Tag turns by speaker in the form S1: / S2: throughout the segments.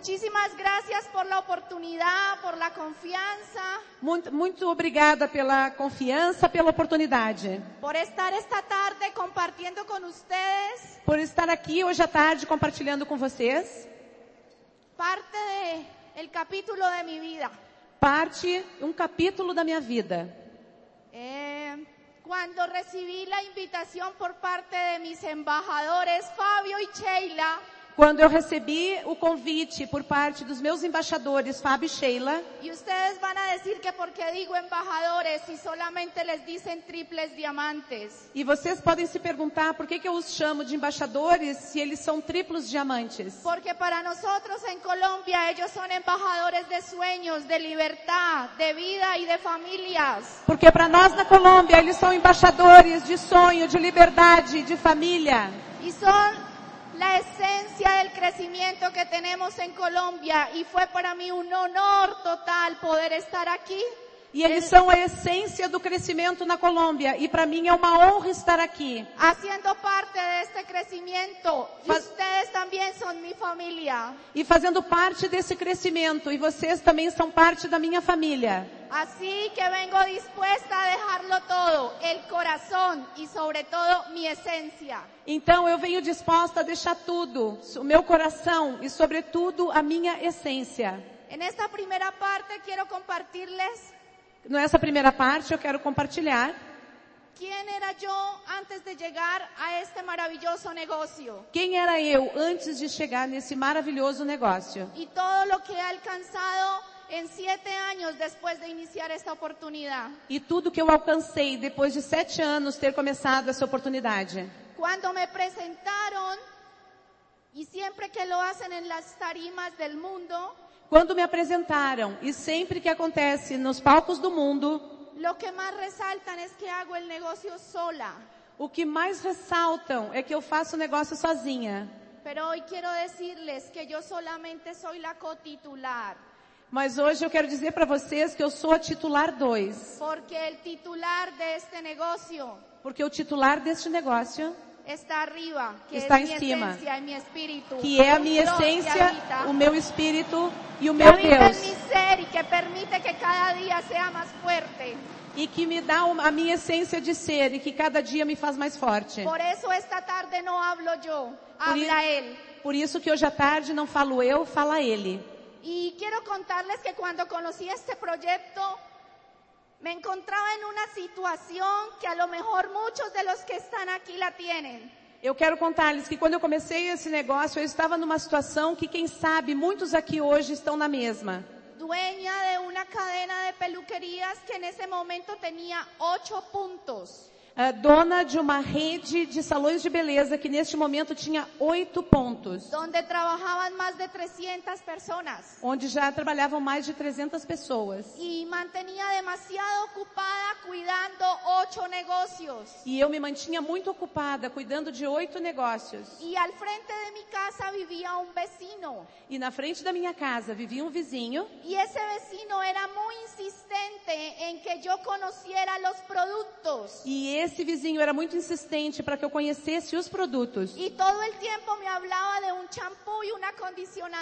S1: Muchísimas gracias por la oportunidad, por la confianza,
S2: Muito, muito obrigada pela confiança, pela oportunidade,
S1: por estar esta tarde compartiendo con ustedes
S2: por estar aqui hoje à tarde compartilhando com vocês
S1: parte del capítulo de mi vida.
S2: parte, um capítulo da minha vida.
S1: Eh, cuando recibí la invitación por parte de mis embajadores Fabio y Sheila,
S2: Quando eu recebi o convite por parte dos meus embaixadores, Fábio e Sheila,
S1: y ustedes van a decir que porque digo embajadores y solamente les dicen triples diamantes.
S2: e vocês podem se perguntar por que, que eu os chamo de embaixadores se eles são triplos diamantes.
S1: Porque para nosotros en Colombia ellos son embajadores de sueños, de libertad, de vida y de familias.
S2: Porque para nós na Colômbia eles são embaixadores de sonho, de liberdade, de família.
S1: Y son la esencia del crecimiento que tenemos en Colombia. Y fue para mí un honor total poder estar aquí.
S2: E eles são a essência do crescimento na Colômbia. E para mim é uma honra estar aqui.
S1: Haciendo parte de este crecimiento, y
S2: Fa-
S1: ustedes también son mi familia.
S2: E fazendo parte desse crescimento. E vocês também são parte da minha família.
S1: Así que vengo dispuesta a dejarlo todo, el corazón y sobre todo mi esencia.
S2: Então eu venho disposta a deixar tudo, o meu coração e sobretudo a minha essência.
S1: En esta primera parte quiero compartirles
S2: Nessa primeira parte eu quero compartilhar
S1: quién era yo antes de llegar a este maravilloso negocio
S2: quem era eu antes de chegar nesse maravilhoso negócio
S1: y todo lo que he alcanzado en siete años después de iniciar esta oportunidad.
S2: e tudo que eu alcancei depois de sete anos ter começado essa oportunidade.
S1: Cuando me presentaron, y siempre que lo hacen en las tarimas del mundo,
S2: Quando me apresentaram e sempre que acontece nos palcos do mundo,
S1: lo que más resaltan es que hago el negocio sola.
S2: o que mais ressaltam é que eu faço negócio sozinha.
S1: Pero hoy quiero decirles que yo solamente soy la cotitular,
S2: Mas hoje eu quero dizer para vocês que eu sou a titular 2,
S1: porque el titular de este negocio
S2: porque o titular deste negócio
S1: está arriba, que
S2: Está
S1: es mi
S2: encima.
S1: esencia y mi espíritu.
S2: que é a minha
S1: Dios que
S2: essência,
S1: habita,
S2: o meu espírito e o
S1: que
S2: meu
S1: habita en mi
S2: Deus.
S1: ser y que permite que cada día sea más fuerte.
S2: E que me dá uma- a minha essência de ser e que cada dia me faz mais forte.
S1: Por eso esta tarde no hablo yo,
S2: Por i-
S1: habla él.
S2: Por isso que hoje à tarde não falo eu, fala ele.
S1: Y quiero contarles que cuando conocí este proyecto, me encontraba en una situación que a lo mejor muchos de los que están aquí la tienen.
S2: Eu quero contar-lhes que quando eu comecei esse negócio, eu estava numa situação que quem sabe muitos aqui hoje estão na mesma.
S1: Dueña de una cadena de peluquerías que en ese momento tenía ocho puntos.
S2: Ah, dona de uma rede de salões de beleza que neste momento tinha oito pontos,
S1: donde trabajaban más de 300 personas
S2: onde já trabalhavam mais de 300 pessoas.
S1: y mantenía demasiado ocupada cuidando ocho negocios.
S2: E eu me mantinha muito ocupada, cuidando de oito negócios.
S1: Y al frente de mi casa vivía un vecino
S2: E na frente da minha casa vivia um vizinho,
S1: y ese vecino era muy insistente en que yo conociera los productos
S2: e esse vizinho era muito insistente para que eu conhecesse os produtos.
S1: y todo el tiempo me hablaba de un champú y un acondicionador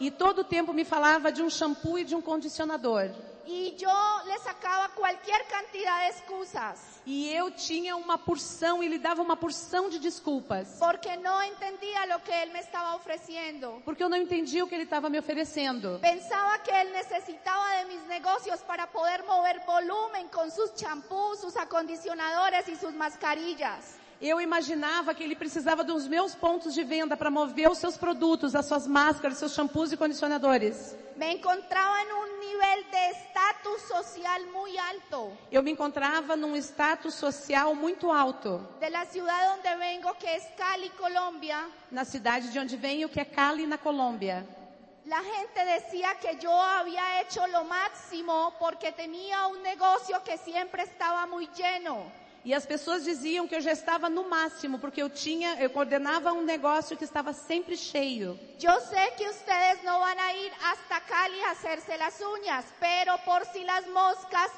S2: E todo o tempo me falava de um shampoo e de um condicionador.
S1: y yo le sacaba cualquier cantidad de excusas
S2: E eu tinha uma porção, e lhe dava uma porção de desculpas,
S1: porque no entendía lo que él me estaba ofreciendo.
S2: porque eu não entendia o que ele estava me oferecendo.
S1: Pensaba que él necesitaba de mis negocios para poder mover volumen con sus champús, sus acondicionadores y sus mascarillas.
S2: Eu imaginava que ele precisava dos meus pontos de venda para mover os seus produtos, as suas máscaras, seus shampoos e condicionadores.
S1: Me encontraba en un nivel de estatus social muy alto
S2: Eu me encontrava num status social muito alto,
S1: de la ciudad donde vengo, que es Cali, Colombia.
S2: na cidade de onde venho, que é Cali, na Colômbia.
S1: La gente decía que yo había hecho lo máximo porque tenía un negocio que siempre estaba muy lleno.
S2: E as pessoas diziam que eu já estava no máximo, porque eu tinha, eu coordenava um negócio que estava sempre cheio.
S1: Yo sé que ustedes no van a ir hasta Cali a hacerse las uñas, pero por si las moscas,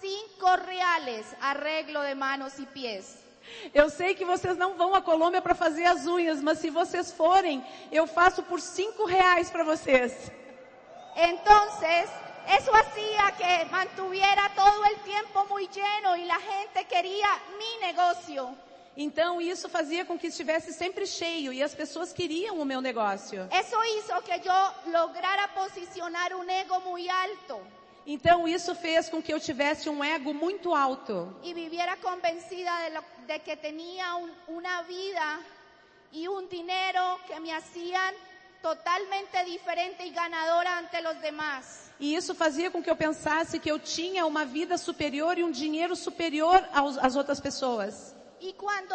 S1: cinco reales arreglo de manos y pies.
S2: Eu sei que vocês não vão à Colômbia para fazer as unhas, mas se vocês forem, eu faço por cinco reais para vocês.
S1: Entonces, eso hacía que mantuviera todo el tiempo muy lleno y la gente quería mi negocio.
S2: Então isso fazia com que estivesse sempre cheio e as pessoas queriam o meu negócio.
S1: Eso hizo que yo lograra posicionar un ego muy alto
S2: Então isso fez com que eu tivesse um ego muito alto
S1: y viviera convencida de, lo- de que tenía un- una vida y un dinero que me hacían totalmente diferente y ganadora ante los demás.
S2: e isso fazia com que eu pensasse que eu tinha uma vida superior e um dinheiro superior aos, às outras pessoas.
S1: Y cuando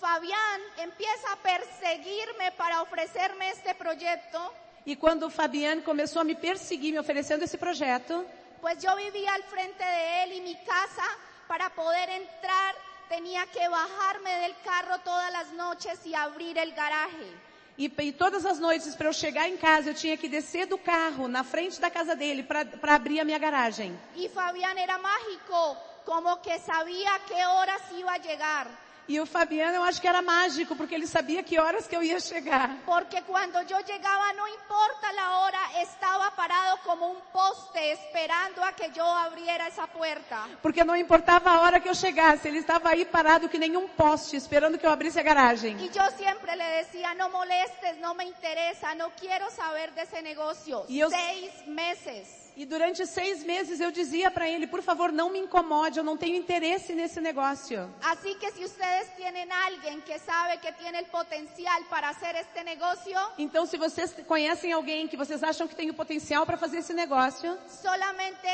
S1: Fabián empieza a perseguirme para ofrecerme este proyecto,
S2: E quando o Fabiano começou a me perseguir, me oferecendo esse projeto,
S1: Pues yo vivía al frente de él y mi casa para poder entrar tenía que bajarme del carro todas las noches y abrir el garaje.
S2: E, e todas as noites, para eu chegar em casa, eu tinha que descer do carro na frente da casa dele para abrir a minha garagem.
S1: Y Fabián era mágico, como que sabía a qué horas iba a llegar.
S2: E o Fabiano, eu acho que era mágico, porque ele sabia que horas que eu ia chegar.
S1: Porque cuando yo llegaba, no importa la hora, estaba parado como un poste esperando a que yo abriera esa puerta.
S2: Porque não importava a hora que eu chegasse, ele estava aí parado que nem um poste, esperando que eu abrisse a garagem.
S1: Y yo siempre le decía, no molestes, no me interesa, no quiero saber de ese negocio.
S2: Y yo-
S1: Seis meses.
S2: E durante seis meses eu dizia para ele, por favor, não me incomode, eu não tenho interesse nesse negócio.
S1: Así que si ustedes tienen a alguien que sabe que tiene el potencial para hacer este negocio,
S2: Então, se vocês conhecem alguém que vocês acham que tem o potencial para fazer esse negócio,
S1: solamente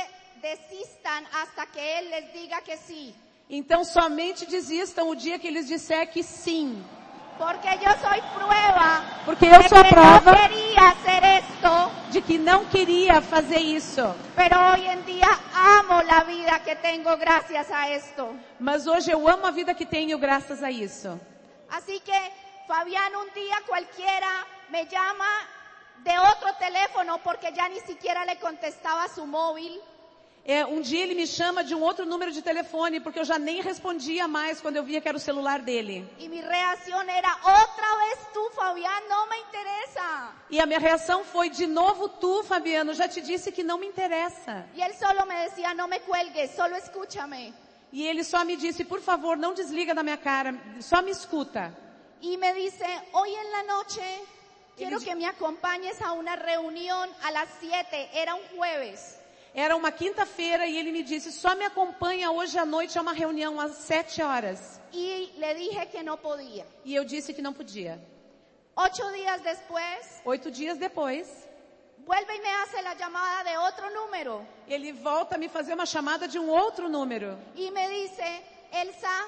S1: desistan hasta que él les diga que sí.
S2: Então somente desistam o dia que eles disser que sim.
S1: Porque yo soy prueba
S2: Porque eu
S1: de
S2: sou a
S1: que no
S2: prova
S1: quería hacer esto,
S2: de que não queria fazer isso.
S1: pero hoy en día amo la vida que tengo gracias a esto.
S2: Mas hoje eu amo a vida que tenho graças a isso.
S1: Así que Fabián un día cualquiera me llama de otro teléfono porque ya ni siquiera le contestaba su móvil.
S2: É, um dia ele me chama de um outro número de telefone porque eu já nem respondia mais quando eu via que era o celular dele.
S1: Y mi reacción era, otra vez tú, Fabián, no me interesa.
S2: E a minha reação foi, de novo tu, Fabiano, já te disse que não me interessa.
S1: Y él solo me decía, no me cuelgues, solo escúchame.
S2: E ele só me disse, por favor, não desliga da minha cara, só me escuta.
S1: Y me dice, hoy en la noche quiero que me acompañes a una reunión a las 7, era un jueves.
S2: Era uma quinta-feira e ele me disse, só me acompanha hoje à noite a uma reunião às sete horas.
S1: Y le dije que no podía.
S2: E eu disse que não podia.
S1: Ocho días después,
S2: Oito dias depois,
S1: vuelve y me hace la llamada de otro número.
S2: ele volta a me fazer uma chamada de um outro número.
S1: Y me dice, Elsa,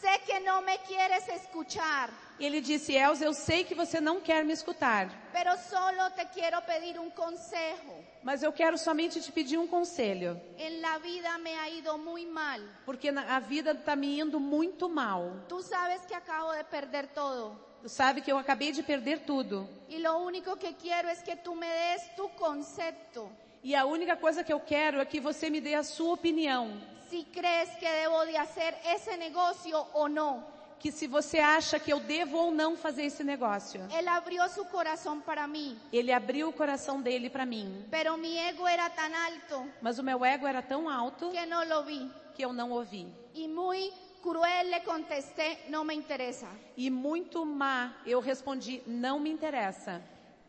S1: sé que no me quieres escuchar,
S2: E ele disse, Elza, eu sei que você não quer me escutar,
S1: pero solo te quiero pedir un consejo.
S2: mas eu quero somente te pedir um conselho,
S1: En la vida me ha ido muy mal.
S2: porque na- a vida está me indo muito mal.
S1: Tú sabes que acabo de perder todo.
S2: Tu sabe que eu acabei de perder tudo.
S1: Y lo único que quiero es que tú me des tu concepto.
S2: E a única coisa que eu quero é que você me dê a sua opinião,
S1: Si crees que debo de hacer ese negocio o no.
S2: que se você acha que eu devo ou não fazer esse negócio.
S1: Él abrió su corazón para mí,
S2: Ele abriu o coração dele para mim.
S1: pero mi ego era tan alto
S2: Mas o meu ego era tão alto
S1: que no lo vi.
S2: que eu não ouvi.
S1: Y muy cruel le contesté, no me interesa.
S2: E muito má, eu respondi, não me interessa.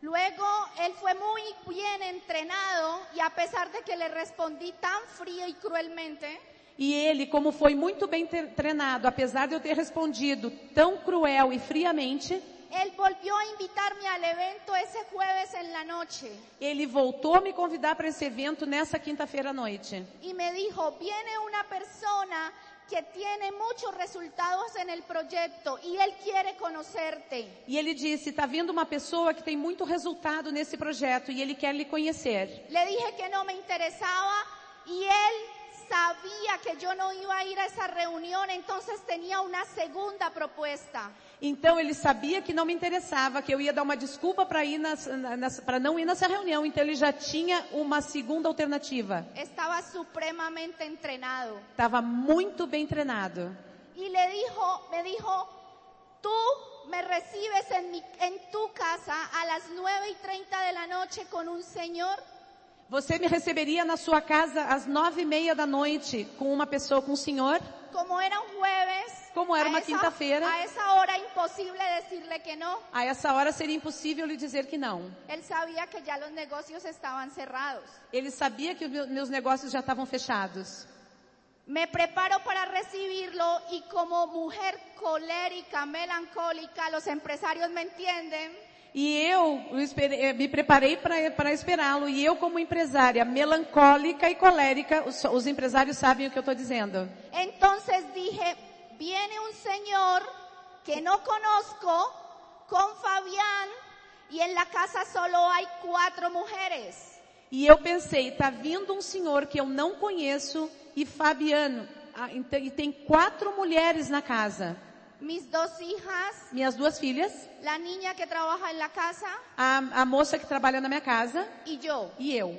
S1: Luego él fue muy bien entrenado y a pesar de que le respondí tan frío y cruelmente,
S2: E ele, como foi muito bem tre- treinado, apesar de eu ter respondido tão cruel e friamente,
S1: Él volvió a invitarme al evento ese jueves en la noche
S2: ele voltou a me convidar para esse evento nessa quinta-feira à noite.
S1: y me dijo, viene una persona que tiene muchos resultados en el proyecto y él quiere conocerte.
S2: E ele disse, está vindo uma pessoa que tem muito resultado nesse projeto e ele quer lhe conhecer.
S1: Le dije que no me interesaba y él sabía que yo no iba a ir a esa reunión, entonces tenía una segunda propuesta.
S2: Então ele sabia que não me interessava, que eu ia dar uma desculpa para ir nas- na- nas- pra não ir nessa reunião, então ele já tinha uma segunda alternativa.
S1: Estaba supremamente entrenado.
S2: Estava muito bem treinado.
S1: y le dijo, me dijo, tú me recibes en, mi- en tu casa a las 9 y 30 de la noche con un señor
S2: Você me receberia na sua casa às nove e meia da noite com uma pessoa, com um senhor?
S1: Como era un jueves.
S2: Como era
S1: a
S2: una
S1: esa-
S2: quinta-feira.
S1: A esa hora imposible decirle que no.
S2: A essa hora seria impossível lhe dizer que não.
S1: Él sabía que ya los negocios estaban cerrados.
S2: Ele sabia que os meu- meus negócios já estavam fechados.
S1: Me preparo para recibirlo y como mujer colérica, melancólica, los empresarios me entienden.
S2: E eu o espere- eh, me preparei para para esperá-lo. E eu, como empresária melancólica e colérica, os, os empresários sabem o que eu estou dizendo.
S1: Entonces dije, viene un señor que no conozco con Fabián y en la casa solo hay cuatro mujeres.
S2: E eu pensei, tá vindo um senhor que eu não conheço e Fabiano. Ah, então- e tem quatro mulheres na casa.
S1: Mis dos hijas,
S2: Minhas duas filhas,
S1: la niña que trabaja en la casa
S2: a, a moça que trabalha na minha casa
S1: y yo.
S2: e eu.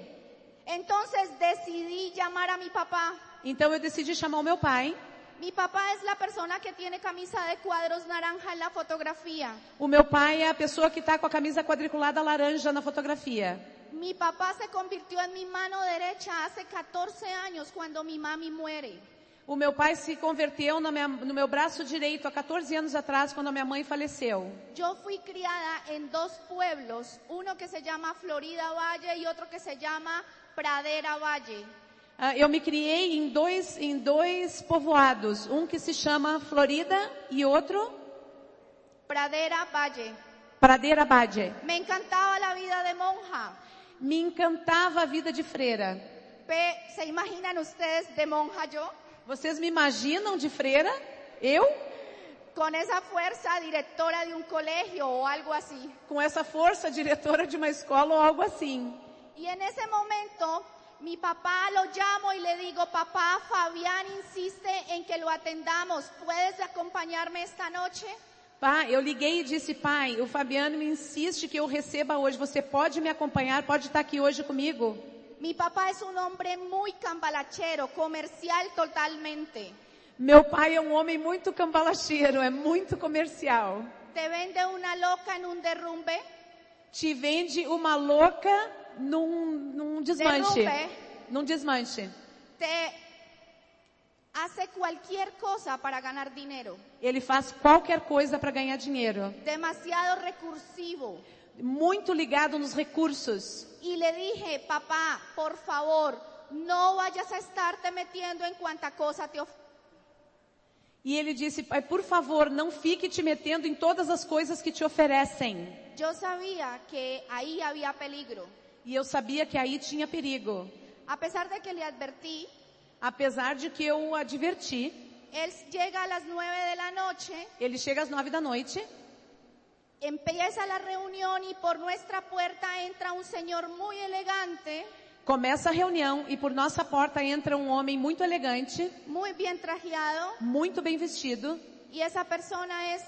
S1: Entonces decidí llamar a mi papá.
S2: Então eu decidi chamar o meu pai.
S1: Mi papá es la persona que tiene camisa de cuadros naranja en la fotografía.
S2: O meu pai é a pessoa que está com a camisa quadriculada laranja na fotografia.
S1: Mi papá se convirtió en mi mano derecha hace 14 años cuando mi mami muere.
S2: O meu pai se converteu na minha- no meu braço direito há 14 anos atrás, quando a minha mãe faleceu.
S1: Yo fui criada en dos pueblos, uno que se llama Florida Valle y otro que se llama Pradera Valle.
S2: Ah, Eu me criei em dois, em dois povoados, um que se chama Florida e outro
S1: Pradera Valle.
S2: Pradeira Bade.
S1: Me encantaba la vida de monja.
S2: Me encantava a vida de freira.
S1: Pe- ¿Se imaginan ustedes de monja yo?
S2: Vocês me imaginam de freira? Eu?
S1: Con esa fuerza directora de un colegio o algo así.
S2: Com essa força diretora de uma escola ou algo assim.
S1: Y en ese momento mi papá lo llamo y le digo, papá, Fabián insiste en que lo atendamos, ¿puedes acompañarme esta noche?
S2: Pá, eu liguei e disse, pai, o Fabiano me insiste que eu receba hoje. Você pode me acompanhar? Pode estar aqui hoje comigo?
S1: Mi papá es un hombre muy cambalachero, comercial totalmente.
S2: Meu pai é um homem muito cambalacheiro, é muito comercial.
S1: Te vende una loca en un derrumbe,
S2: Te vende uma louca num, num desmanche.
S1: Derrumbe.
S2: Num desmanche.
S1: te hace cualquier cosa para ganar dinero,
S2: Ele faz qualquer coisa para ganhar dinheiro.
S1: demasiado recursivo.
S2: Muito ligado nos recursos.
S1: Y le dije, papá, por favor, no vayas a estarte metiendo en cuanta cosa te ofrece.
S2: E ele disse, pai, por favor, não fique te metendo em todas as coisas que te oferecem.
S1: Yo sabía que ahí había peligro.
S2: E eu sabia que aí tinha perigo.
S1: A pesar de que le advertí,
S2: Apesar de que eu a diverti,
S1: él llega a las nueve de la noche,
S2: ele chega às nove da noite,
S1: empieza la reunión y por nuestra puerta entra un señor muy elegante,
S2: começa a reunião e por nossa porta entra um homem muito elegante,
S1: muy bien trajeado
S2: muito bem vestido,
S1: y esa persona es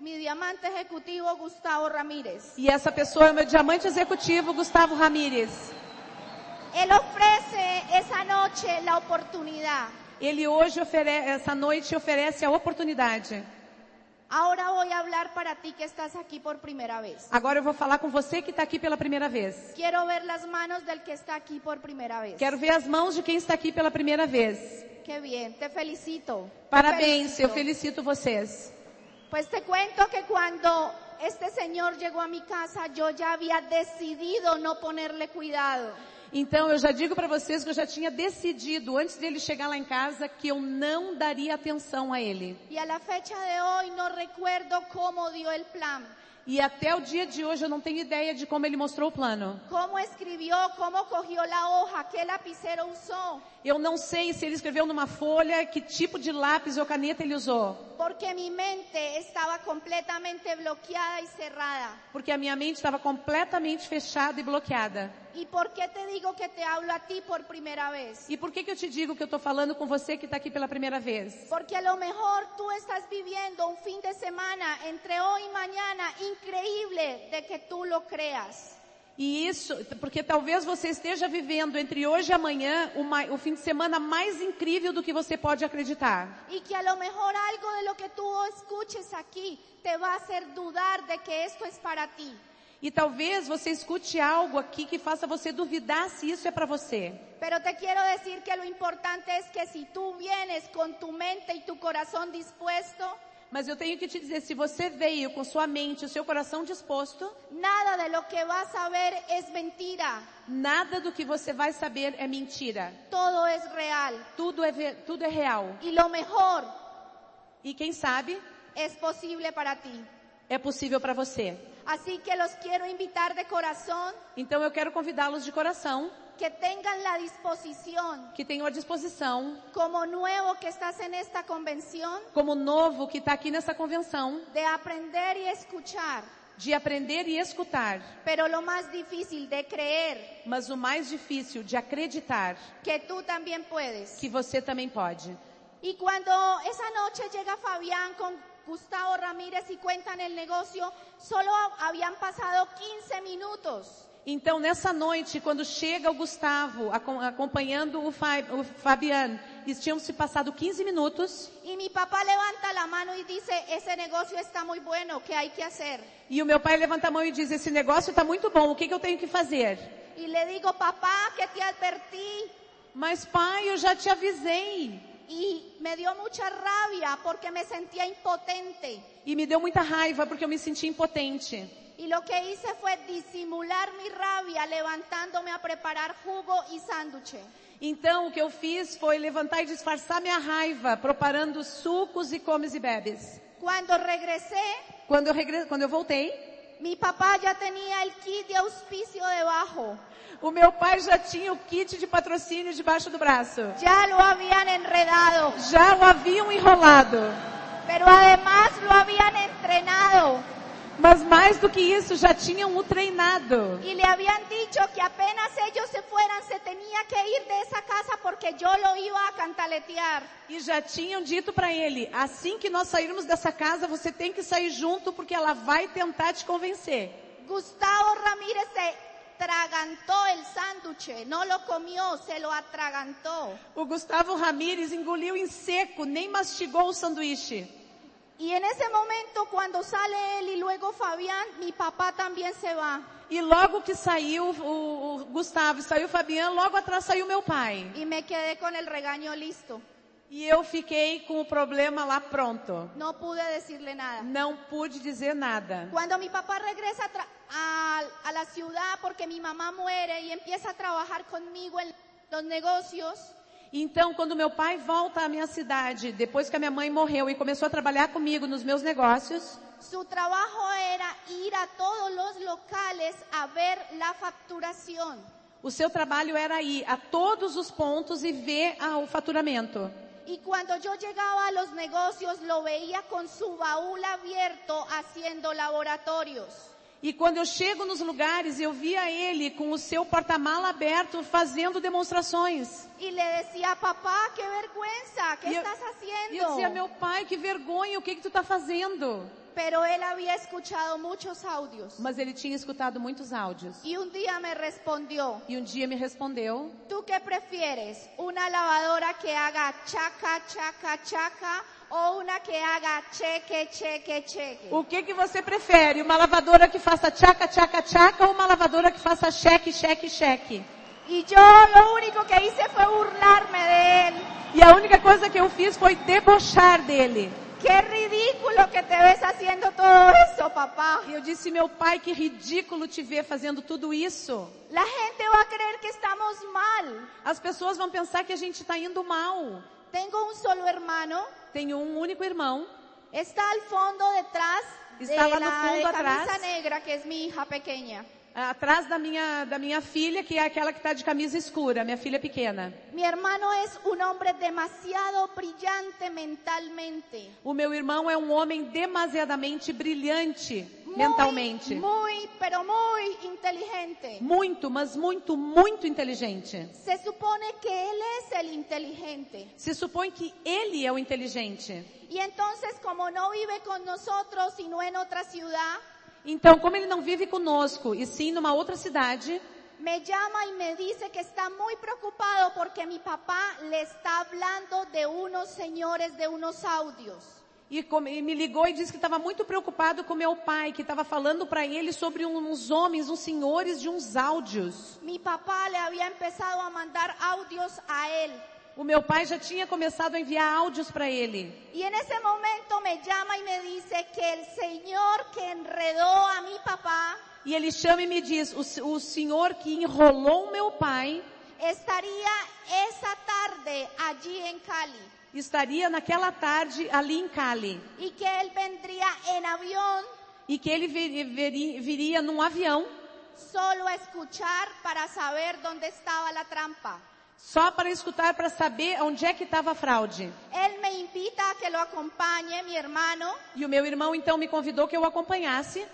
S1: mi diamante ejecutivo Gustavo Ramírez.
S2: e essa pessoa é o meu diamante executivo, Gustavo Ramírez.
S1: Él ofrece esa noche la oportunidad.
S2: Ele hoje oferece, essa noite oferece a oportunidade.
S1: Ahora voy a hablar para ti que estás aquí por primera vez.
S2: Agora eu vou falar com você que está aqui pela primeira vez.
S1: Quiero ver las manos del que está aquí por primera vez.
S2: Quero ver as mãos de quem está aqui pela primeira vez.
S1: Qué bien, te felicito. Te
S2: Parabéns, eu
S1: felicito.
S2: felicito vocês.
S1: Pues te cuento que cuando este señor llegó a mi casa, yo ya había decidido no ponerle cuidado.
S2: Então eu já digo para vocês que eu já tinha decidido antes dele chegar lá em casa que eu não daria atenção a ele.
S1: Y a la fecha de hoy no recuerdo cómo dio el plan,
S2: E até o dia de hoje eu não tenho ideia de como ele mostrou o plano.
S1: cómo escribió, cómo cogió la hoja, qué lapicero usó,
S2: Eu não sei se ele escreveu numa folha, que tipo de lápis ou caneta ele usou,
S1: porque mi mente estaba completamente bloqueada y cerrada.
S2: porque a minha mente estava completamente fechada e bloqueada.
S1: ¿Y por qué te digo que te hablo a ti por primera vez?
S2: E por que que eu te digo que eu estou falando com você que está aqui pela primeira vez?
S1: Porque a lo mejor tú estás viviendo un fin de semana entre hoy y mañana increíble de que tú lo creas.
S2: E isso, porque talvez você esteja vivendo entre hoje e amanhã uma- o fim de semana mais incrível do que você pode acreditar.
S1: Y que a lo mejor algo de lo que tú escuches aquí te va a hacer dudar de que esto es para ti.
S2: E talvez você escute algo aqui que faça você duvidar se isso é para você.
S1: Pero te quiero decir que lo importante es que si tú vienes con tu mente y tu corazón dispuesto,
S2: Mas eu tenho que te dizer, se você veio com sua mente, o seu coração disposto,
S1: nada de lo que vas a ver es mentira.
S2: nada do que você vai saber é mentira.
S1: Todo es real.
S2: Tudo é, ve- tudo é real.
S1: Y lo mejor
S2: E quem sabe,
S1: es posible para ti.
S2: é possível para você.
S1: Así que los quiero invitar de corazón
S2: Então eu quero convidá-los de coração
S1: que tengan la disposición
S2: que tenham à disposição,
S1: como nuevo que estás en esta convención
S2: como novo que está aqui nessa convenção,
S1: de aprender y escuchar,
S2: de aprender e escutar.
S1: pero lo más difícil de creer
S2: Mas o mais difícil, de acreditar
S1: que tú también puedes.
S2: que você também pode.
S1: Y cuando esa noche llega Fabián con Gustavo Ramírez y cuentan el negocio, solo habían pasado 15 minutos.
S2: Então nessa noite, quando chega o Gustavo acom- acompanhando o, Fa o Fabiano, e tinham se passado 15 minutos,
S1: Y mi papá levanta la mano y dice, ese negocio está muy bueno, ¿qué hay que hacer?
S2: e o meu pai levanta a mão e diz, esse negócio está muito bom, o que, que eu tenho que fazer?
S1: Y le digo, papá, que te advertí.
S2: Mas pai, eu já te avisei.
S1: Y me dio mucha rabia porque me sentía impotente.
S2: E me deu muita raiva porque eu me senti impotente.
S1: Y lo que hice fue disimular mi rabia levantándome a preparar jugo y sándwiches.
S2: Então o que eu fiz foi levantar e disfarçar minha raiva, preparando sucos e comes e bebes.
S1: Cuando regresé,
S2: Quando eu, regre... Quando eu voltei,
S1: mi papá ya tenía el kit de auspicio debajo.
S2: o meu pai já tinha o kit de patrocínio debaixo do braço.
S1: Ya lo habían enredado,
S2: Já o haviam enrolado.
S1: pero además lo habían entrenado
S2: Mas mais do que isso, já tinham o treinado.
S1: y le habían dicho que apenas ellos se fueran se tenía que ir de esa casa porque yo lo iba a cantaletear.
S2: E já tinham dito para ele, assim que nós sairmos dessa casa, você tem que sair junto porque ela vai tentar te convencer.
S1: Gustavo Ramírez se tragantó el sándwich, no lo comió, se lo atragantó.
S2: O Gustavo Ramírez engoliu em seco, nem mastigou o sanduíche.
S1: Y en ese momento cuando sale él y luego Fabián, mi papá también se va.
S2: E logo que saiu o, o Gustavo, saiu o Fabiano, logo atrás saiu meu pai.
S1: Y me quedé con el regaño listo.
S2: E eu fiquei com o problema lá pronto.
S1: No pude decirle nada.
S2: Não pude dizer nada.
S1: Cuando mi papá regresa a, tra- a- a la ciudad porque mi mamá muere y empieza a trabajar conmigo en los negocios,
S2: Então, quando meu pai volta à minha cidade, depois que a minha mãe morreu e começou a trabalhar comigo nos meus negócios,
S1: su trabajo era ir a todos los locales a ver la facturación.
S2: o seu trabalho era ir a todos os pontos e ver ah, o faturamento.
S1: Y cuando yo llegaba a los negocios lo veía con su baúl abierto haciendo laboratorios.
S2: E quando eu chego nos lugares, eu via ele com o seu porta-mala aberto fazendo demonstrações.
S1: Y le decía, papá, qué vergüenza, ¿qué
S2: E eu-
S1: estás
S2: E eu dizia,
S1: haciendo?
S2: meu pai, que vergonha, o que que tu tá fazendo?
S1: Pero él había escuchado muchos audios.
S2: Mas ele tinha escutado muitos áudios.
S1: Y un día me respondió,
S2: E um dia me respondeu,
S1: ¿Tú qué prefieres? ¿Una lavadora que haga chaca, chaca, chaca o una que haga cheque, cheque, cheque?
S2: o que que você prefere, uma lavadora que faça tchaca, tchaca, tchaca ou uma lavadora que faça cheque, cheque, cheque?
S1: Y yo lo único que hice fue burlarme de él.
S2: E a única coisa que eu fiz foi debochar dele.
S1: Qué ridículo que te ves haciendo todo eso, papá.
S2: E eu disse, meu pai, que ridículo te ver fazendo tudo isso.
S1: La gente va a creer que estamos mal.
S2: As pessoas vão pensar que a gente está indo mal.
S1: Tengo un solo hermano.
S2: Tenho um único irmão.
S1: Está al fondo detrás de
S2: Estaba
S1: la
S2: en el fondo
S1: de camisa
S2: atrás.
S1: negra, que es mi hija pequeña.
S2: atrás da minha, da minha filha, que é aquela que está de camisa escura, minha filha pequena.
S1: Mi hermano es un hombre demasiado brillante mentalmente.
S2: O meu irmão é um homem demasiadamente brilhante
S1: Muy,
S2: mentalmente.
S1: Muy, pero muy inteligente.
S2: Muito, mas muito, muito inteligente.
S1: Se supone que él es el inteligente.
S2: Se supõe que ele é o inteligente.
S1: Y entonces, como no vive con nosotros, sino en otra ciudad,
S2: Então, como ele não vive conosco, e sim numa outra cidade,
S1: Me llama y me dice que está muy preocupado porque mi papá le está hablando de unos señores, de unos audios.
S2: e, com- e me ligou e disse que estava muito preocupado com meu pai, que estava falando para ele sobre um, uns homens, uns senhores de uns áudios.
S1: Mi papá le había empezado a mandar audios a él.
S2: O meu pai já tinha começado a enviar áudios para ele.
S1: Y en ese momento me llama y me dice que el señor que enredó a mi papá
S2: E ele chama e me diz, o, se- o senhor que enrolou o meu pai
S1: estaría esa tarde allí en Cali
S2: estaria naquela tarde ali em Cali.
S1: y que él vendría en avión
S2: E que ele viri- viri- viria num avião
S1: solo a escuchar para saber dónde estaba la trampa.
S2: só para escutar, para saber onde é que estava a fraude.
S1: Él me invita a que lo acompañe, mi hermano,
S2: E o meu irmão então me convidou que eu o acompanhasse.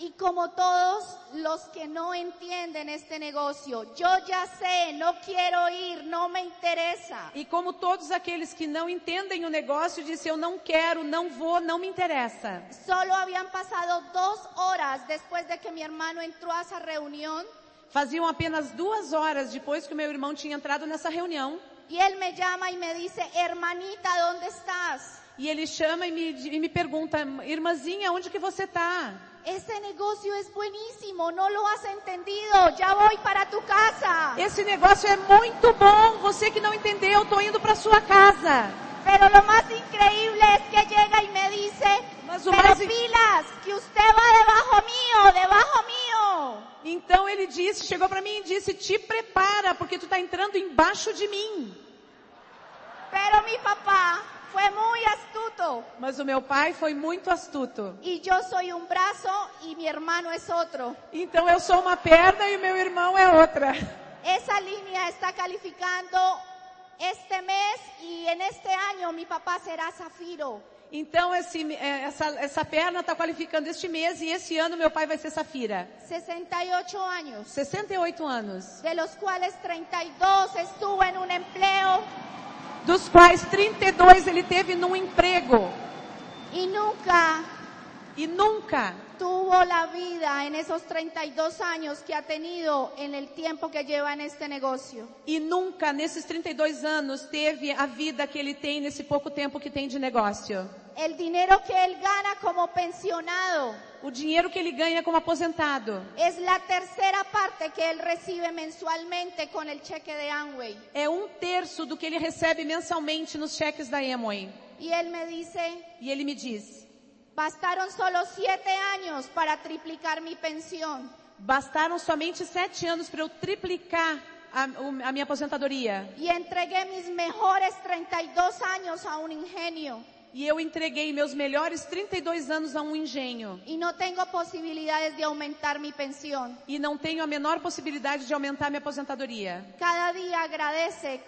S1: y como todos los que no entienden este negocio, yo ya sé, no quiero ir, no me interesa.
S2: E como todos aqueles que não entendem o negócio, disse eu não quero, não vou, não me interessa.
S1: Solo habían pasado dos horas después de que mi hermano entró a esa reunión
S2: Faziam apenas duas horas depois que o meu irmão tinha entrado nessa reunião.
S1: y él me llama y me dice, hermanita, ¿dónde estás?
S2: E ele chama e me, di- e me pergunta, irmãzinha, onde que você tá?
S1: Ese negocio es buenísimo, no lo has entendido, ya voy para tu casa.
S2: Esse negócio é muito bom, você que não entendeu, tô indo pra sua casa.
S1: Pero lo más increíble es que llega y me dice,
S2: Mas o
S1: pero
S2: mais in-
S1: pilas, que usted va debajo mío, debajo mío.
S2: Então ele disse, chegou pra mim e disse, te prepara, porque tu tá entrando embaixo de mim.
S1: Pero mi papá fue muy astuto
S2: Mas o meu pai foi muito astuto.
S1: y yo soy un brazo y mi hermano es otro.
S2: Então eu sou uma perna e o meu irmão é outra.
S1: Esa línea está calificando este mes y en este año mi papá será zafiro.
S2: Então esse- eh, essa, essa perna tá qualificando este mês e esse ano meu pai vai ser Safira.
S1: 68 años,
S2: 68 anos,
S1: de los cuales 32 estuvo en un empleo
S2: dos quais 32 ele teve num emprego.
S1: y nunca
S2: E nunca
S1: tuvo la vida en esos 32 años que ha tenido en el tiempo que lleva en este negocio.
S2: E nunca, nesses 32 anos, teve a vida que ele tem nesse pouco tempo que tem de negócio.
S1: El dinero que él gana como pensionado
S2: O dinheiro que ele ganha como aposentado
S1: es la tercera parte que él recibe mensualmente con el cheque de Amway.
S2: é um terço do que ele recebe mensalmente nos cheques da Amway.
S1: Y él me dice,
S2: E ele me diz,
S1: bastaron solo siete años para triplicar mi pensión.
S2: bastaram somente sete anos para eu triplicar a, o- a minha aposentadoria.
S1: Y entregué mis mejores 32 años a un ingenio.
S2: E eu entreguei meus melhores 32 anos a um engenho.
S1: Y no tengo posibilidades de aumentar mi pensión.
S2: E não tenho a menor possibilidade de aumentar minha aposentadoria.
S1: Cada día agradece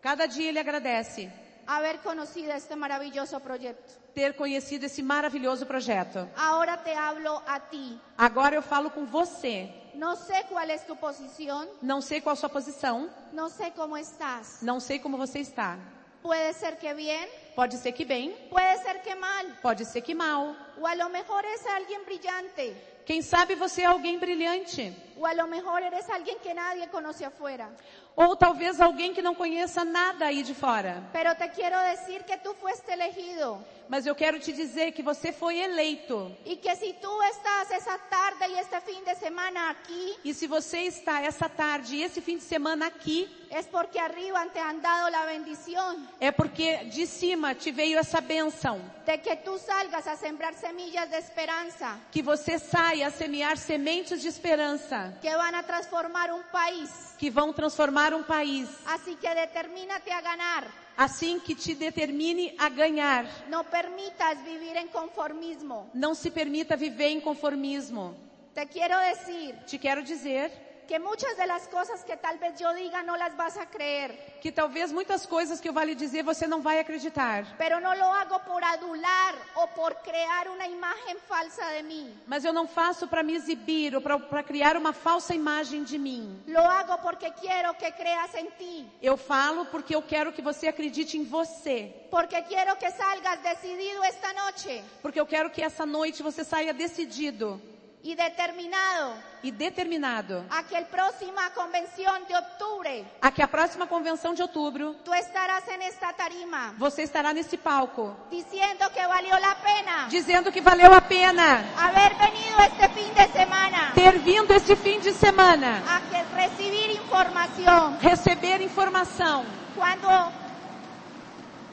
S2: Cada dia ele agradece
S1: haber conocido este maravilloso proyecto.
S2: ter conhecido esse maravilhoso projeto.
S1: Ahora te hablo a ti.
S2: Agora eu falo com você.
S1: No sé cuál es tu posición,
S2: Não sei qual a sua posição,
S1: no sé cómo estás.
S2: não sei como você está.
S1: Puede ser que bien,
S2: Pode ser que bem,
S1: puede ser que mal,
S2: pode ser que mal.
S1: o a lo mejor es alguien brillante,
S2: Quem sabe você é alguém brilhante.
S1: o a lo mejor eres alguien que nadie conoce afuera.
S2: Ou talvez alguém que não conheça nada aí de fora.
S1: Pero te quiero decir que tú fuiste elegido
S2: Mas eu quero te dizer que você foi eleito.
S1: y que si tú estás esa tarde y este fin de semana aquí,
S2: E se você está essa tarde e esse fim de semana aqui,
S1: es porque arriba te han dado la bendición
S2: é porque de cima te veio essa bênção.
S1: de que tú salgas a sembrar semillas de esperanza
S2: Que você saia a semear sementes de esperança
S1: que van a transformar un país.
S2: que vão transformar um país.
S1: Así que determínate a ganar.
S2: Assim que te determine a ganhar.
S1: No permitas vivir en conformismo.
S2: Não se permita viver em conformismo.
S1: Te quiero decir
S2: Te quero dizer
S1: que muchas de las cosas que tal vez yo diga no las vas a creer,
S2: que talvez muitas coisas que eu vá lhe dizer você não vai acreditar.
S1: pero no lo hago por adular o por crear una imagen falsa de mim.
S2: Mas eu não faço para me exibir ou para criar uma falsa imagem de mim.
S1: Lo hago porque quiero que creas en ti,
S2: Eu falo porque eu quero que você acredite em você.
S1: porque quiero que salgas decidido esta noche
S2: Porque eu quero que essa noite você saia decidido
S1: y determinado
S2: e determinado
S1: a que el próxima convención de octubre
S2: a que a próxima convenção de outubro
S1: tú estarás en esta tarima
S2: você estará nesse palco
S1: diciendo que valió la pena
S2: dizendo que valeu a pena
S1: haber venido este fin de semana
S2: ter vindo este fim de semana,
S1: a que recibir información.
S2: receber informação.
S1: Cuando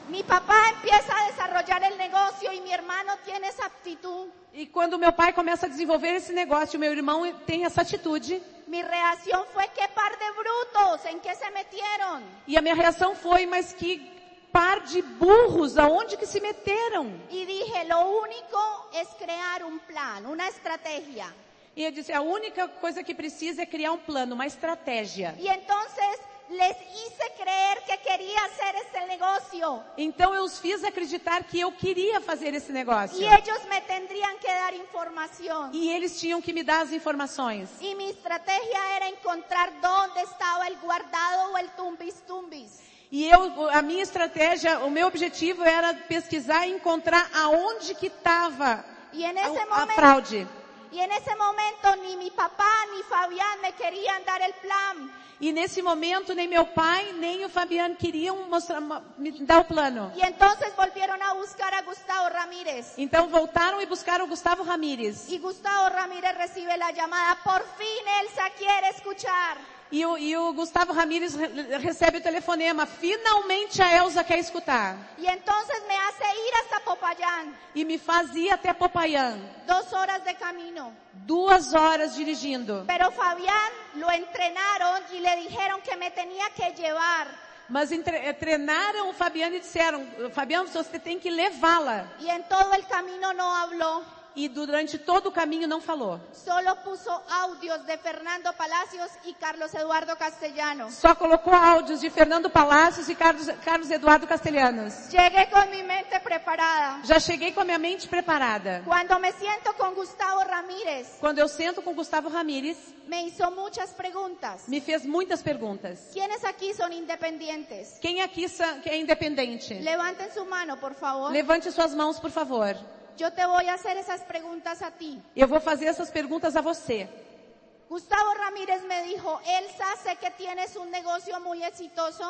S1: mi papá empieza a desarrollar el negocio e mi hermano tiene esa aptitud,
S2: E quando meu pai começa a desenvolver esse negócio, meu irmão tem essa atitude.
S1: mi reacción fue qué par de brutos, en qué se metieron.
S2: E a minha reação foi, mas que par de burros, aonde que se meteram?
S1: Y dije, lo único es crear un plan, una estrategia.
S2: E eu disse, a única coisa que precisa é criar um plano, uma estratégia.
S1: Y entonces les hice creer que quería hacer este negocio.
S2: Então eu os fiz acreditar que eu queria fazer esse negócio.
S1: Y ellos me tendrían que dar información.
S2: E eles tinham que me dar as informações.
S1: Y mi estrategia era encontrar dónde estaba el guardado o el tumbis tumbis.
S2: E eu, a minha estratégia, o meu objetivo era pesquisar e encontrar aonde que estava
S1: Y en ese
S2: a, a
S1: momento,
S2: fraude.
S1: y en ese momento ni mi papá ni Fabián me querían dar el plan.
S2: E nesse momento nem meu pai nem o Fabiano queriam mostrar, ma- me dar o plano.
S1: Y entonces volvieron a buscar a Gustavo Ramírez.
S2: Então voltaram e buscaram o Gustavo Ramírez.
S1: Y Gustavo Ramírez recibe la llamada. Por fin Elsa quiere escuchar.
S2: E o, e o Gustavo Ramírez re- recebe o telefonema. Finalmente a Elza quer escutar.
S1: Y entonces me hace ir hasta Popayán.
S2: E me fazia até Popayán.
S1: Dos horas de camino.
S2: Duas horas dirigindo.
S1: Pero Fabián lo entrenaron y le dijeron que me tenía que llevar.
S2: Mas entre, eh, treinaram o Fabiano e disseram, Fabiano, você tem que levá-la.
S1: Y en todo el camino no habló,
S2: E durante todo o caminho não falou.
S1: solo puso audios de Fernando Palacios y Carlos Eduardo Castellanos.
S2: Só colocou áudios de Fernando Palacios e Carlos, Carlos Eduardo Castelhanos.
S1: Llegué con mi mente preparada.
S2: Já cheguei com a minha mente preparada.
S1: Cuando me siento con Gustavo Ramírez,
S2: Quando eu sento com Gustavo Ramírez,
S1: me hizo muchas preguntas.
S2: me fez muitas perguntas.
S1: ¿Quiénes aquí son independientes?
S2: Quem aqui sa- que é independente?
S1: Levanten su mano, por favor.
S2: Levante suas mãos, por favor.
S1: Yo te voy a hacer esas preguntas a ti.
S2: Eu vou fazer essas perguntas a você.
S1: Gustavo Ramírez me dijo, Elsa, sé que tienes un negocio muy exitoso.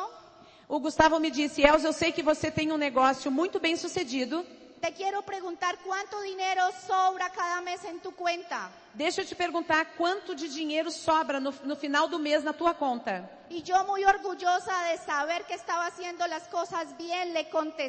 S2: O Gustavo me disse, Elza, eu sei que você tem um negócio muito bem sucedido.
S1: Te quiero preguntar cuánto dinero sobra cada mes en tu cuenta.
S2: Deixa eu te perguntar quanto de dinheiro sobra no, no final do mês na tua conta.
S1: Y yo muy orgullosa de saber que estaba haciendo las cosas bien, le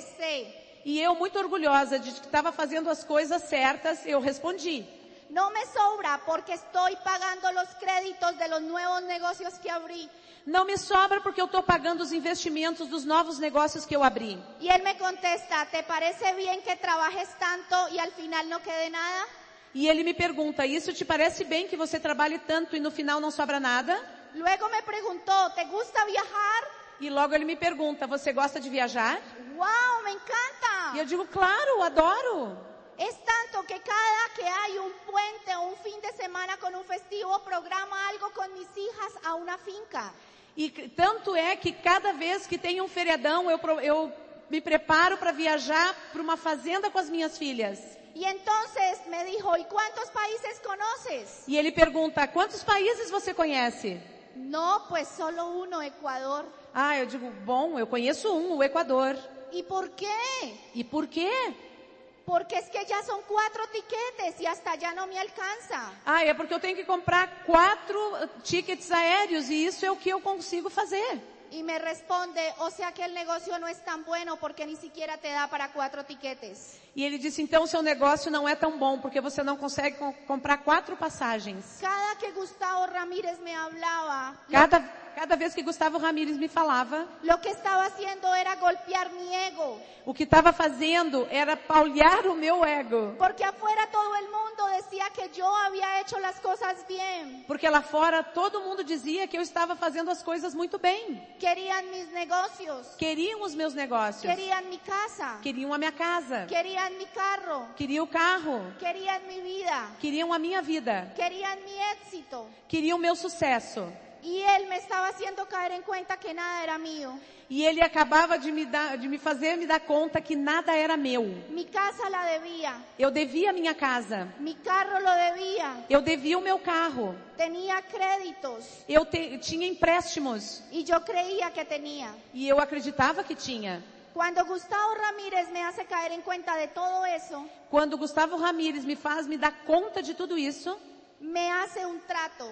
S1: contesté.
S2: E eu, muito orgulhosa de que estava fazendo as coisas certas, eu respondi.
S1: No me sobra porque estoy pagando los créditos de los nuevos negocios que abrí.
S2: Não me sobra porque eu estou pagando os investimentos dos novos negócios que eu abri.
S1: Y él me contesta, ¿te parece bien que trabajes tanto y al final no quede nada?
S2: E ele me pergunta, isso te parece bem que você trabalhe tanto e no final não sobra nada?
S1: Luego me preguntó, ¿te gusta viajar?
S2: E logo ele me pergunta, você gosta de viajar?
S1: ¡Wow! ¡Me
S2: E
S1: encanta!
S2: eu digo, claro, adoro.
S1: Es tanto que cada que hay un puente o un fin de semana con un festivo, programa algo con mis hijas a una finca.
S2: E c- tanto é que cada vez que tem um feriadão, eu, pro- eu me preparo para viajar para uma fazenda com as minhas filhas.
S1: Y entonces me dijo, ¿y cuántos países conoces?
S2: E ele pergunta, quantos países você conhece?
S1: No, pues solo uno, Ecuador.
S2: Ah, eu digo, bom, eu conheço um, o Equador.
S1: ¿Y por quê?
S2: E por quê?
S1: Porque es que ya son cuatro tiquetes y hasta ya no me alcanza.
S2: Ah, é porque eu tenho que comprar quatro eh, tickets aéreos e isso é o que eu consigo fazer.
S1: Y me responde, o sea que el negocio no es tan bueno porque ni siquiera te da para cuatro tiquetes.
S2: E ele disse, então seu negócio não é tão bom, porque você não consegue co- comprar quatro passagens.
S1: Cada que Gustavo Ramírez me hablaba,
S2: Cada, cada cada vez que Gustavo Ramírez me falava,
S1: Lo que estaba haciendo era golpear mi ego,
S2: o que estava fazendo era paulhar o meu ego.
S1: porque afuera todo el mundo decía que yo había hecho las cosas bien.
S2: Porque lá fora todo mundo dizia que eu estava fazendo as coisas muito bem.
S1: Querían mis negocios,
S2: Queriam os meus negócios.
S1: querían mi casa,
S2: Queriam a minha casa.
S1: querían mi carro,
S2: Queriam o carro.
S1: querían mi vida,
S2: Queriam a minha vida.
S1: querían mi éxito.
S2: Queriam o meu sucesso.
S1: Y él me estaba haciendo caer en cuenta que nada era mío.
S2: E ele acabava de me, dar, de me fazer me dar conta que nada era meu.
S1: Mi casa la debía,
S2: Eu devia a minha casa.
S1: mi carro lo debía,
S2: Eu devia o meu carro.
S1: tenía créditos
S2: Eu te- tinha empréstimos.
S1: y yo creía que tenía.
S2: E eu acreditava que tinha.
S1: Cuando Gustavo Ramírez me hace caer en cuenta de todo eso,
S2: Quando Gustavo Ramírez me faz me dar conta de tudo isso,
S1: me hace un trato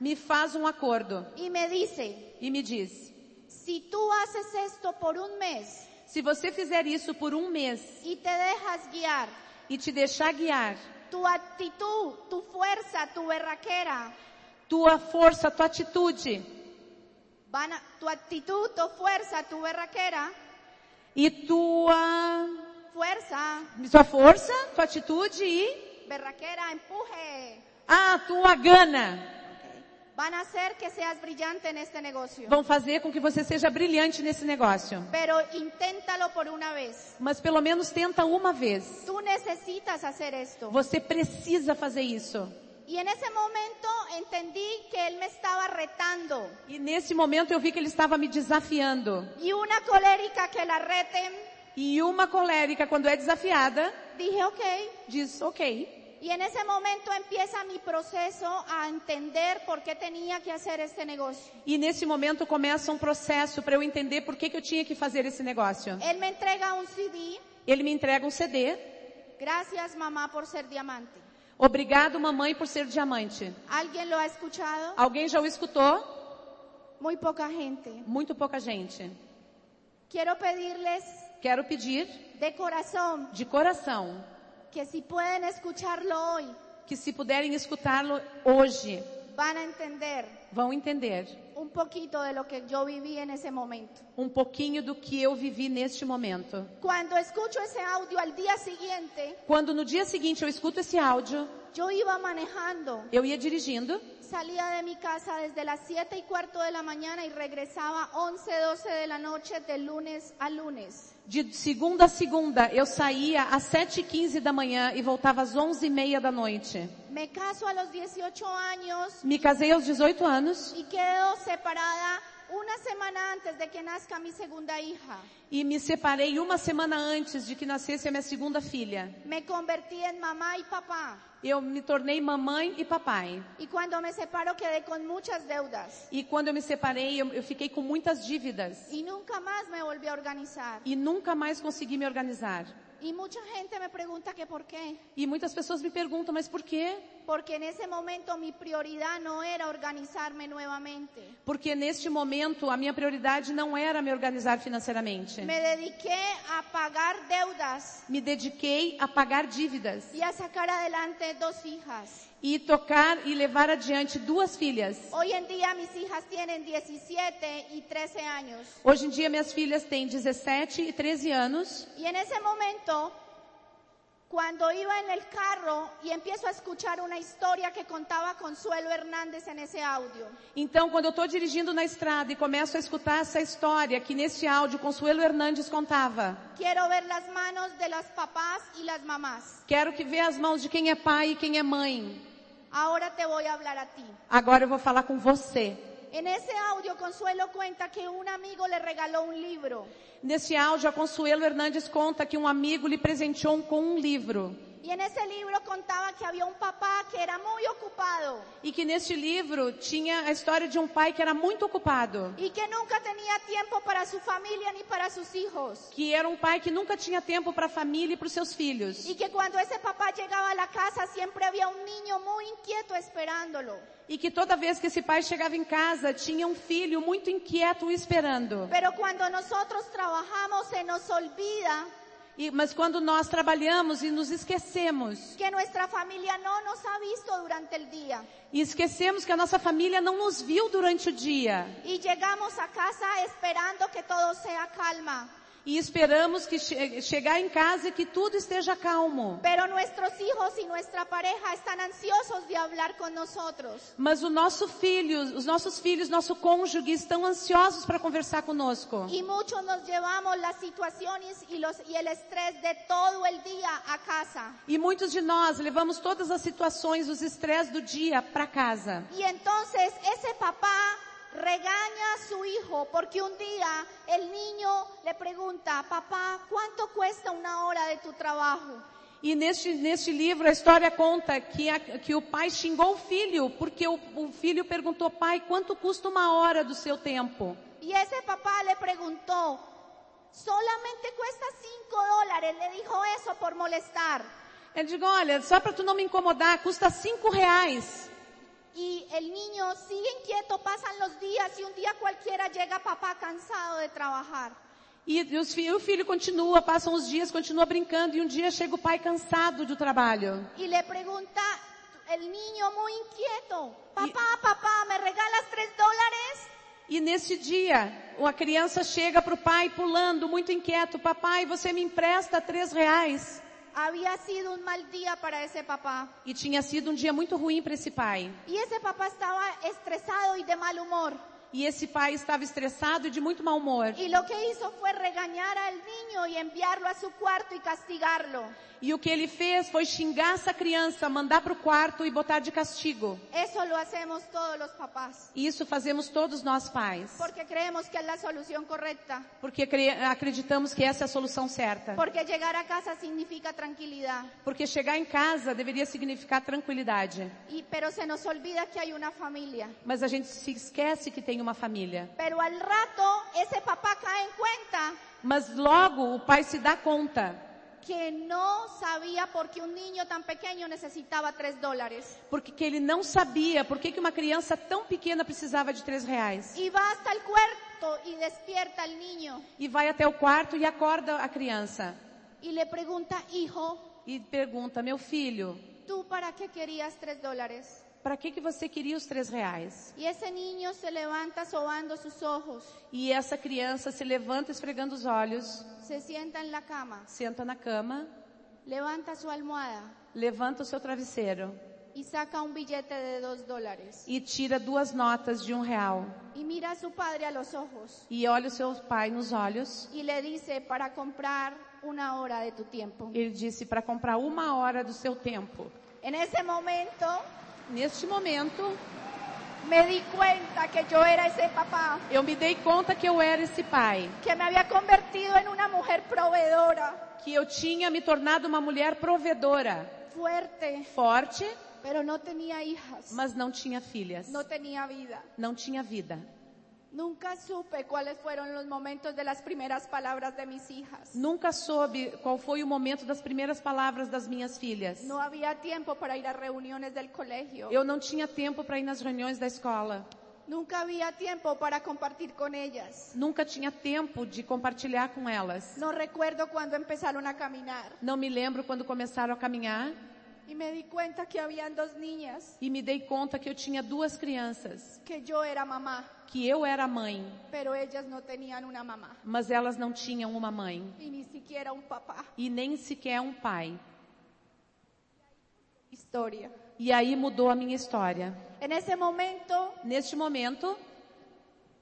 S2: me faz um acordo
S1: y me dice,
S2: e me diz:
S1: si tú haces esto por un mes
S2: se você fizer isso por um mês
S1: y te dejas guiar,
S2: e te deixar guiar,
S1: tu actitud, tu fuerza, tu berraquera,
S2: tua força, tua atitude
S1: van a- tu actitud, tu fuerza, tu berraquera,
S2: e tua
S1: fuerza,
S2: sua força, tua atitude e
S1: berraquera, empuje,
S2: a tua gana
S1: van a hacer que seas brillante en este negocio.
S2: vão fazer com que você seja brilhante nesse negócio.
S1: Pero inténtalo por una vez.
S2: Mas pelo menos tenta uma vez.
S1: Tú necesitas hacer esto.
S2: Você precisa fazer isso.
S1: Y en ese momento entendí que él me estaba retando.
S2: E nesse momento eu vi que ele estava me desafiando.
S1: Y una colérica que la reten,
S2: E uma colérica, quando é desafiada,
S1: dije, ok.
S2: diz ok.
S1: Y en ese momento empieza mi proceso a entender por qué tenía que hacer este negocio.
S2: E nesse momento começa um processo para eu entender por que, que eu tinha que fazer esse negócio.
S1: Él me entrega un CD.
S2: Ele me entrega um CD.
S1: Gracias mamá por ser diamante.
S2: Obrigado, mamãe, por ser diamante.
S1: ¿Alguien lo ha escuchado?
S2: Alguém já o escutou?
S1: Muy poca gente.
S2: Muito pouca gente.
S1: Quiero pedirles
S2: Quero pedir,
S1: de corazón
S2: de coração,
S1: que si pueden escucharlo hoy,
S2: que se puderem escutá-lo hoje,
S1: van a entender
S2: vão entender
S1: un poquito de lo que yo viví en ese momento.
S2: um pouquinho do que eu vivi neste momento.
S1: Cuando escucho ese audio al día siguiente,
S2: Quando no dia seguinte eu escuto esse áudio,
S1: yo iba manejando,
S2: eu ia dirigindo,
S1: salía de mi casa desde las 7 y cuarto de la mañana y regresaba 11, 12 de la noche de lunes a lunes.
S2: de segunda a segunda eu saía às 7h15 da manhã e voltava às 11h30 da noite.
S1: Me caso a los 18 años
S2: Me casei aos 18 anos
S1: y quedo separada una semana antes de que nazca mi segunda hija.
S2: e me separei uma semana antes de que nascesse a minha segunda filha.
S1: Me convertí en mamá y papá
S2: Eu me tornei mamãe e papai.
S1: y cuando me separo quedé con muchas deudas
S2: E quando eu me separei, eu, eu fiquei com muitas dívidas
S1: y nunca más me volví a organizar.
S2: e nunca mais consegui me organizar.
S1: Y mucha gente me pregunta que por qué.
S2: E muitas pessoas me perguntam, mas por quê?
S1: Porque en ese momento mi prioridad no era organizarme nuevamente.
S2: Porque neste momento a minha prioridade não era me organizar financeiramente.
S1: Me dediqué a pagar deudas
S2: Me dediquei a pagar dívidas
S1: y a sacar adelante dos hijas.
S2: e tocar e levar adiante duas filhas.
S1: Hoy en día mis hijas tienen 17 y 13 años.
S2: Hoje em dia minhas filhas têm 17 e 13 anos
S1: Y en ese momento, cuando iba en el carro y empiezo a escuchar una historia que contaba Consuelo Hernández en ese audio,
S2: Então, quando eu estou dirigindo na estrada e começo a escutar essa história que neste áudio Consuelo Hernandes contava,
S1: quiero ver las manos de las papás y las mamás.
S2: quero que veja as mãos de quem é pai e quem é mãe.
S1: Ahora te voy a hablar a ti.
S2: Agora eu vou falar com você.
S1: En ese audio Consuelo cuenta que un amigo le regaló un libro
S2: Neste áudio, a Consuelo Hernandes conta que um amigo lhe presenteou um- com um livro.
S1: y en ese libro contaba que había un papá que era muy ocupado
S2: E que neste livro tinha a história de um pai que era muito ocupado.
S1: y que nunca tenía tiempo para su familia ni para sus hijos
S2: Que era um pai que nunca tinha tempo para a família e para os seus filhos.
S1: y que cuando ese papá llegaba a la casa siempre había un niño muy inquieto esperándolo,
S2: E que toda vez que esse pai chegava em casa, tinha um filho muito inquieto o esperando.
S1: pero cuando nosotros trabajamos se nos olvida
S2: E, mas quando nós trabalhamos e nos esquecemos,
S1: que nuestra familia no nos ha visto durante el día
S2: e esquecemos que a nossa família não nos viu durante o dia,
S1: y llegamos a casa esperando que todo sea calma.
S2: e esperamos que che chegar em casa e que tudo esteja calmo.
S1: Pero nuestros hijos y nuestra pareja están ansiosos de hablar con nosotros.
S2: Mas o nosso filho, os nossos filhos, nosso cônjuge estão ansiosos para conversar conosco.
S1: Y muchos nos llevamos las situaciones y, los, y el estrés de todo el día a casa.
S2: E muitos de nós levamos todas as situações, os estresses do dia para casa.
S1: Y entonces ese papá regaña a su hijo porque un día el niño le pregunta, papá, ¿cuánto cuesta una hora de tu trabajo?
S2: E neste, neste livro a história conta que, a, que o pai xingou o filho, porque o, o filho perguntou, pai, quanto custa uma hora do seu tempo?
S1: Y ese papá le preguntó, solamente cuesta cinco dólares, le dijo eso por molestar.
S2: Ele digo, olha, só para tu não me incomodar, custa cinco reais.
S1: Y el niño sigue inquieto, pasan los días y un día cualquiera llega papá cansado de trabajar.
S2: E, e os fi- o filho continua, passam os dias, continua brincando, e um dia chega o pai cansado do trabalho.
S1: Y le pregunta el niño muy inquieto, papá, papá, ¿me regalas tres dólares?
S2: E nesse dia, a criança chega para o pai pulando, muito inquieto, papai, você me empresta três reais?
S1: Había sido un mal día para ese papá.
S2: E tinha sido um dia muito ruim para esse pai.
S1: Y ese papá estaba estresado y de mal humor.
S2: E esse pai estava estressado e de muito mau humor.
S1: Y lo que hizo fue regañar al niño y enviarlo a su cuarto y castigarlo.
S2: E o que ele fez foi xingar essa criança, mandar para o quarto e botar de castigo.
S1: Eso lo hacemos todos los papás.
S2: E Isso fazemos todos nós pais.
S1: Porque creemos que es la solución correcta.
S2: Porque cre- acreditamos que essa é a solução certa.
S1: Porque llegar a casa significa tranquilidad.
S2: Porque chegar em casa deveria significar tranquilidade.
S1: Y, pero se nos olvida que hay una familia.
S2: Mas a gente se esquece que tem uma família.
S1: Pero al rato ese papá cae en cuenta
S2: Mas logo o pai se dá conta.
S1: que no sabía por qué un niño tan pequeño necesitaba tres dólares.
S2: Porque que ele não sabia por que que uma criança tão pequena precisava de três reais.
S1: Y va hasta el cuarto y despierta al niño
S2: E vai até o quarto e acorda a criança.
S1: y le pregunta, hijo,
S2: E pergunta, meu filho,
S1: ¿tú para qué querías tres dólares?
S2: para que, que você queria os três reais?
S1: Y ese niño se levanta sobando sus ojos,
S2: E essa criança se levanta esfregando os olhos,
S1: se sienta en la cama,
S2: senta na cama,
S1: levanta su almohada
S2: levanta o seu travesseiro
S1: y saca un billete de dos dólares
S2: e tira duas notas de um real.
S1: y mira a su padre a los ojos
S2: E olha o seu pai nos olhos.
S1: y le dice para comprar una hora de tu tiempo.
S2: Ele disse para comprar uma hora do seu tempo.
S1: En ese momento
S2: Neste momento,
S1: me di cuenta que yo era ese papá,
S2: eu me dei conta que eu era esse pai,
S1: que me había convertido en una mujer proveedora,
S2: que eu tinha me tornado uma mulher provedora,
S1: fuerte,
S2: forte,
S1: pero no tenía hijas,
S2: mas não tinha filhas,
S1: no tenía vida.
S2: não tinha vida.
S1: Nunca supe cuáles fueron los momentos de las primeras palabras de mis hijas.
S2: Nunca soube qual foi o momento das primeiras palavras das minhas filhas.
S1: No había tiempo para ir a reuniones del colegio.
S2: Eu não tinha tempo para ir nas reuniões da escola.
S1: Nunca había tiempo para compartir con ellas.
S2: Nunca tinha tempo de compartilhar com elas.
S1: No recuerdo cuándo empezaron a caminar.
S2: Não me lembro quando começaram a caminhar
S1: Y me di cuenta que habían dos niñas,
S2: e me dei conta que eu tinha duas crianças,
S1: que yo era mamá,
S2: que eu era mãe,
S1: pero ellas no tenían una mamá.
S2: mas elas não tinham uma mãe
S1: y ni siquiera un papá.
S2: e nem sequer um pai.
S1: Historia.
S2: E aí mudou a minha história.
S1: En ese momento,
S2: Neste momento,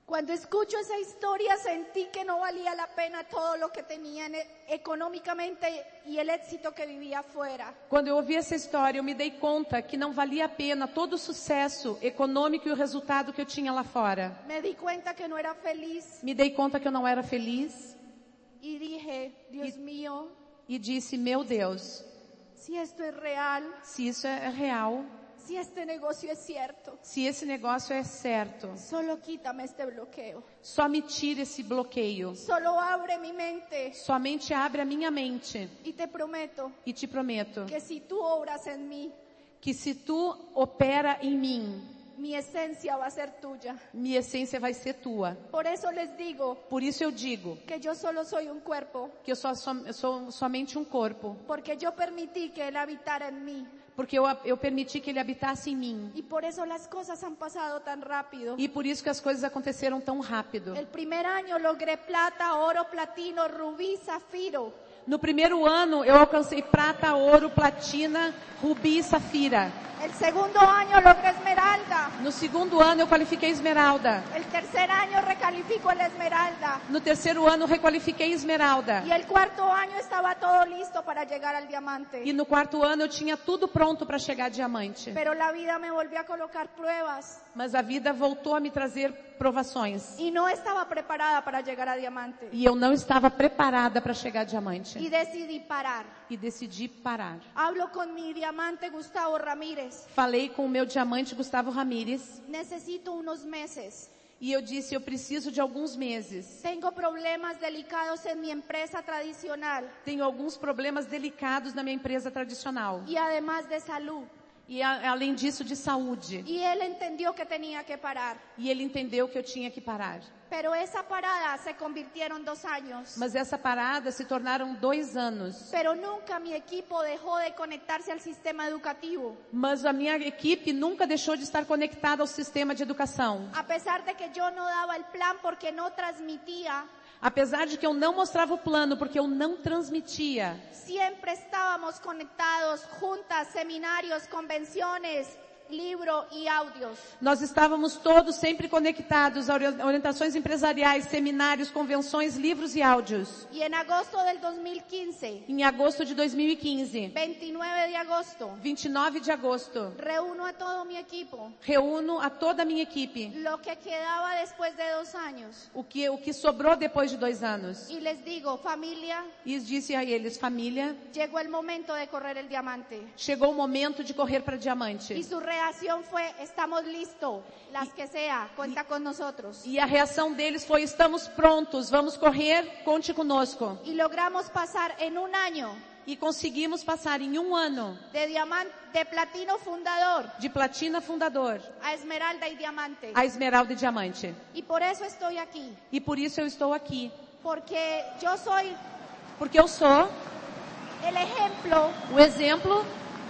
S1: cuando escucho esa historia, sentí que no valía la pena todo lo que tenía en- e, económicamente y el éxito que vivía afuera.
S2: quando eu ouvi essa história, eu me dei conta que não valia a pena todo o sucesso econômico e o resultado que eu tinha lá fora.
S1: Me di cuenta que no era feliz
S2: Me dei conta que eu não era feliz
S1: y dije, Dios mío,
S2: e disse: Meu Deus,
S1: si esto es real,
S2: se isso é real,
S1: si este negocio es cierto,
S2: se esse negócio é certo,
S1: solo quítame este bloqueo.
S2: só me tira esse bloqueio.
S1: Solo abre mi mente
S2: Somente abre a minha mente
S1: y te prometo
S2: e te prometo
S1: que si tú obras en mí,
S2: que se tu opera em mim,
S1: mi esencia va a ser tuya.
S2: minha essência vai ser tua.
S1: Por eso les digo
S2: Por isso eu digo
S1: que yo solo soy un cuerpo,
S2: que eu só, só- sou somente um corpo,
S1: porque yo permití que Él habitara en mí.
S2: porque eu, eu permiti que ele habitasse em mim.
S1: Y por eso las cosas han pasado tan rápido.
S2: E por isso que as coisas aconteceram tão rápido.
S1: El primer año logré plata, oro, platino, rubí, zafiro.
S2: No primeiro ano eu alcancei prata, ouro, platina, rubi e safira.
S1: El segundo año logré esmeralda.
S2: No segundo ano eu qualifiquei esmeralda.
S1: El tercer año recalifico la esmeralda.
S2: No terceiro ano eu requalifiquei esmeralda.
S1: Y el cuarto año estaba todo listo para llegar al diamante.
S2: E no quarto ano eu tinha tudo pronto para chegar a diamante.
S1: Pero la vida me volvió a colocar pruebas
S2: Mas a vida voltou a me trazer provações.
S1: y no estaba preparada para llegar a diamante.
S2: E eu não estava preparada para chegar
S1: Y
S2: a diamante.
S1: decidí parar.
S2: E decidi parar.
S1: Hablo con mi diamante Gustavo Ramírez.
S2: Falei com o meu diamante Gustavo Ramírez
S1: Necesito unos meses.
S2: e eu disse, eu preciso de alguns meses.
S1: Tengo problemas delicados en mi empresa tradicional
S2: Tenho alguns problemas delicados na minha empresa tradicional.
S1: y además de salud.
S2: E a, além disso, de saúde.
S1: Y él entendió que tenía que parar.
S2: E ele entendeu que eu tinha que parar.
S1: Pero esa parada se convirtieron dos años.
S2: Mas essa parada se tornaram dois anos.
S1: Pero nunca mi equipo dejó de conectarse al sistema educativo.
S2: Mas a minha equipe nunca deixou de estar conectada ao sistema de educação.
S1: A pesar de que yo no daba el plan porque no transmitía,
S2: Apesar de que eu não mostrava o plano, porque eu não transmitia.
S1: siempre estábamos conectados, juntas, seminarios, convenciones, libro y audios.
S2: Nós estávamos todos sempre conectados a ori- orientações empresariais, seminários, convenções, livros e áudios.
S1: Y en agosto del 2015,
S2: Em agosto de 2015,
S1: 29 de agosto,
S2: 29 de agosto,
S1: reúno a todo mi equipo,
S2: reúno a toda a minha equipe,
S1: lo que quedaba después de dos años,
S2: o que, o que sobrou depois de dois anos.
S1: y les digo, familia,
S2: E disse a eles, família,
S1: llegó el momento de correr el diamante.
S2: chegou o momento de correr para
S1: Y
S2: diamante.
S1: su reacción fue, estamos listos, las que sea, cuenta con nosotros.
S2: E a reação deles foi, estamos prontos, vamos correr, conte conosco.
S1: Y logramos pasar en un año
S2: E conseguimos passar em um ano
S1: de diamante, de platino fundador
S2: de platina fundador
S1: a esmeralda y diamante.
S2: a esmeralda e diamante.
S1: Y por eso estoy aquí,
S2: E por isso eu estou aqui.
S1: porque yo soy
S2: Porque eu sou
S1: el ejemplo
S2: o exemplo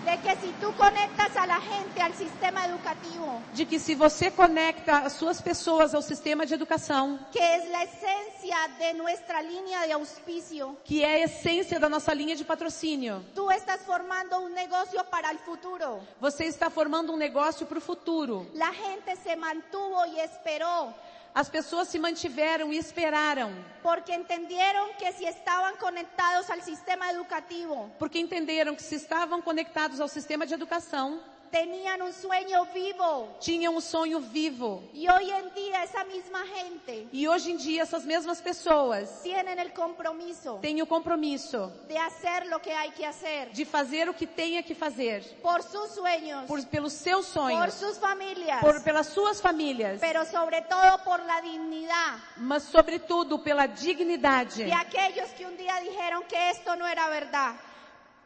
S1: de que si tú conectas a la gente al sistema educativo,
S2: de que se você conecta as suas pessoas ao sistema de educação,
S1: que es la esencia de nuestra línea de auspicio,
S2: que é a essência da nossa linha de patrocínio,
S1: tú estás formando un negocio para el futuro.
S2: você está formando um negócio para o futuro.
S1: La gente se mantuvo y esperó
S2: As pessoas se mantiveram e esperaram,
S1: porque entendieron que si estaban conectados al sistema educativo,
S2: porque entenderam que se estavam conectados ao sistema de educação,
S1: tenían un sueño vivo.
S2: tinham um sonho vivo.
S1: Y hoy en día esa misma gente
S2: E hoje em dia essas mesmas pessoas
S1: tienen el compromiso
S2: têm o compromisso
S1: de hacer lo que hay que hacer
S2: de fazer o que tenha que fazer,
S1: por sus sueños,
S2: por, pelos seus
S1: por
S2: sonhos,
S1: sus familias,
S2: por, pelas suas famílias.
S1: pero sobre todo por la dignidad
S2: mas sobretudo pela dignidade,
S1: de aquellos que un día dijeron que esto no era verdad.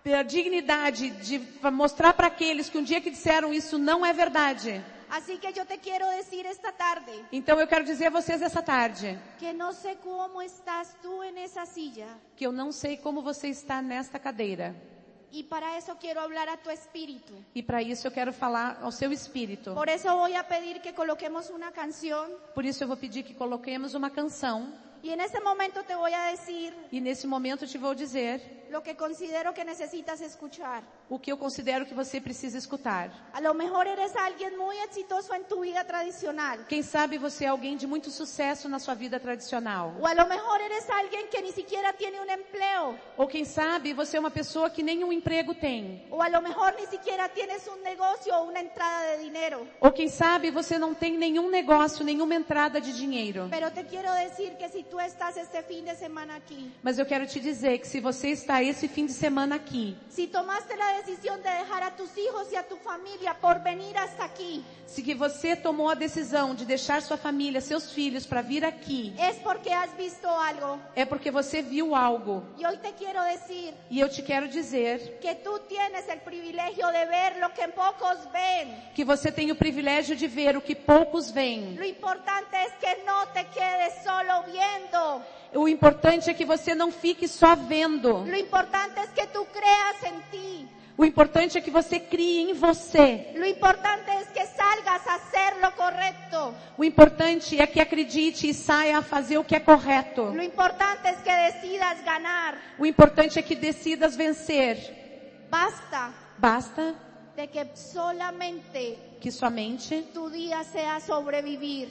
S2: pela dignidade de mostrar para aqueles que um dia que disseram isso não é verdade.
S1: Así que yo te quiero decir esta tarde
S2: Então eu quero dizer a vocês essa tarde
S1: que no sé cómo estás tú en esa silla
S2: que eu não sei como você está nesta cadeira.
S1: y para eso quiero hablar a tu espíritu.
S2: E para isso eu quero falar ao seu espírito.
S1: Por eso voy a pedir que coloquemos una canción
S2: Por isso eu vou pedir que coloquemos uma canção
S1: y en este momento te voy a decir
S2: e nesse momento eu te vou dizer
S1: lo que considero que necesitas escuchar.
S2: o que eu considero que você precisa escutar.
S1: A lo mejor eres alguien muy exitoso en tu vida tradicional
S2: Quem sabe você é alguém de muito sucesso na sua vida tradicional.
S1: o a lo mejor eres alguien que ni siquiera tiene un empleo
S2: Ou quem sabe você é uma pessoa que nenhum emprego tem.
S1: o a lo mejor ni siquiera tienes un negocio o una entrada de dinero.
S2: Ou quem sabe você não tem nenhum negócio, nenhuma entrada de dinheiro.
S1: Pero te quiero decir que si tú estás este fin de semana aquí
S2: Mas eu quero te dizer que se você está está esse fim de semana aqui.
S1: Si tomaste la decisión de dejar a tus hijos y a tu familia por venir hasta aquí,
S2: Se que você tomou a decisão de deixar sua família, seus filhos para vir aqui,
S1: es porque has visto algo.
S2: é porque você viu algo.
S1: Y hoy te quiero decir
S2: E eu te quero dizer
S1: que tú tienes el privilegio de ver lo que pocos ven.
S2: que você tem o privilégio de ver o que poucos veem.
S1: Lo importante es que no te quedes solo viendo.
S2: O importante é que você não fique só vendo.
S1: Lo importante es que tú creas en ti.
S2: O importante é que você crie em você.
S1: Lo importante es que salgas a hacer lo correcto.
S2: O importante é que acredite e saia a fazer o que é correto.
S1: Lo importante es que decidas ganar.
S2: O importante é que decidas vencer.
S1: Basta
S2: Basta
S1: de que solamente
S2: que somente,
S1: tu día sea sobrevivir.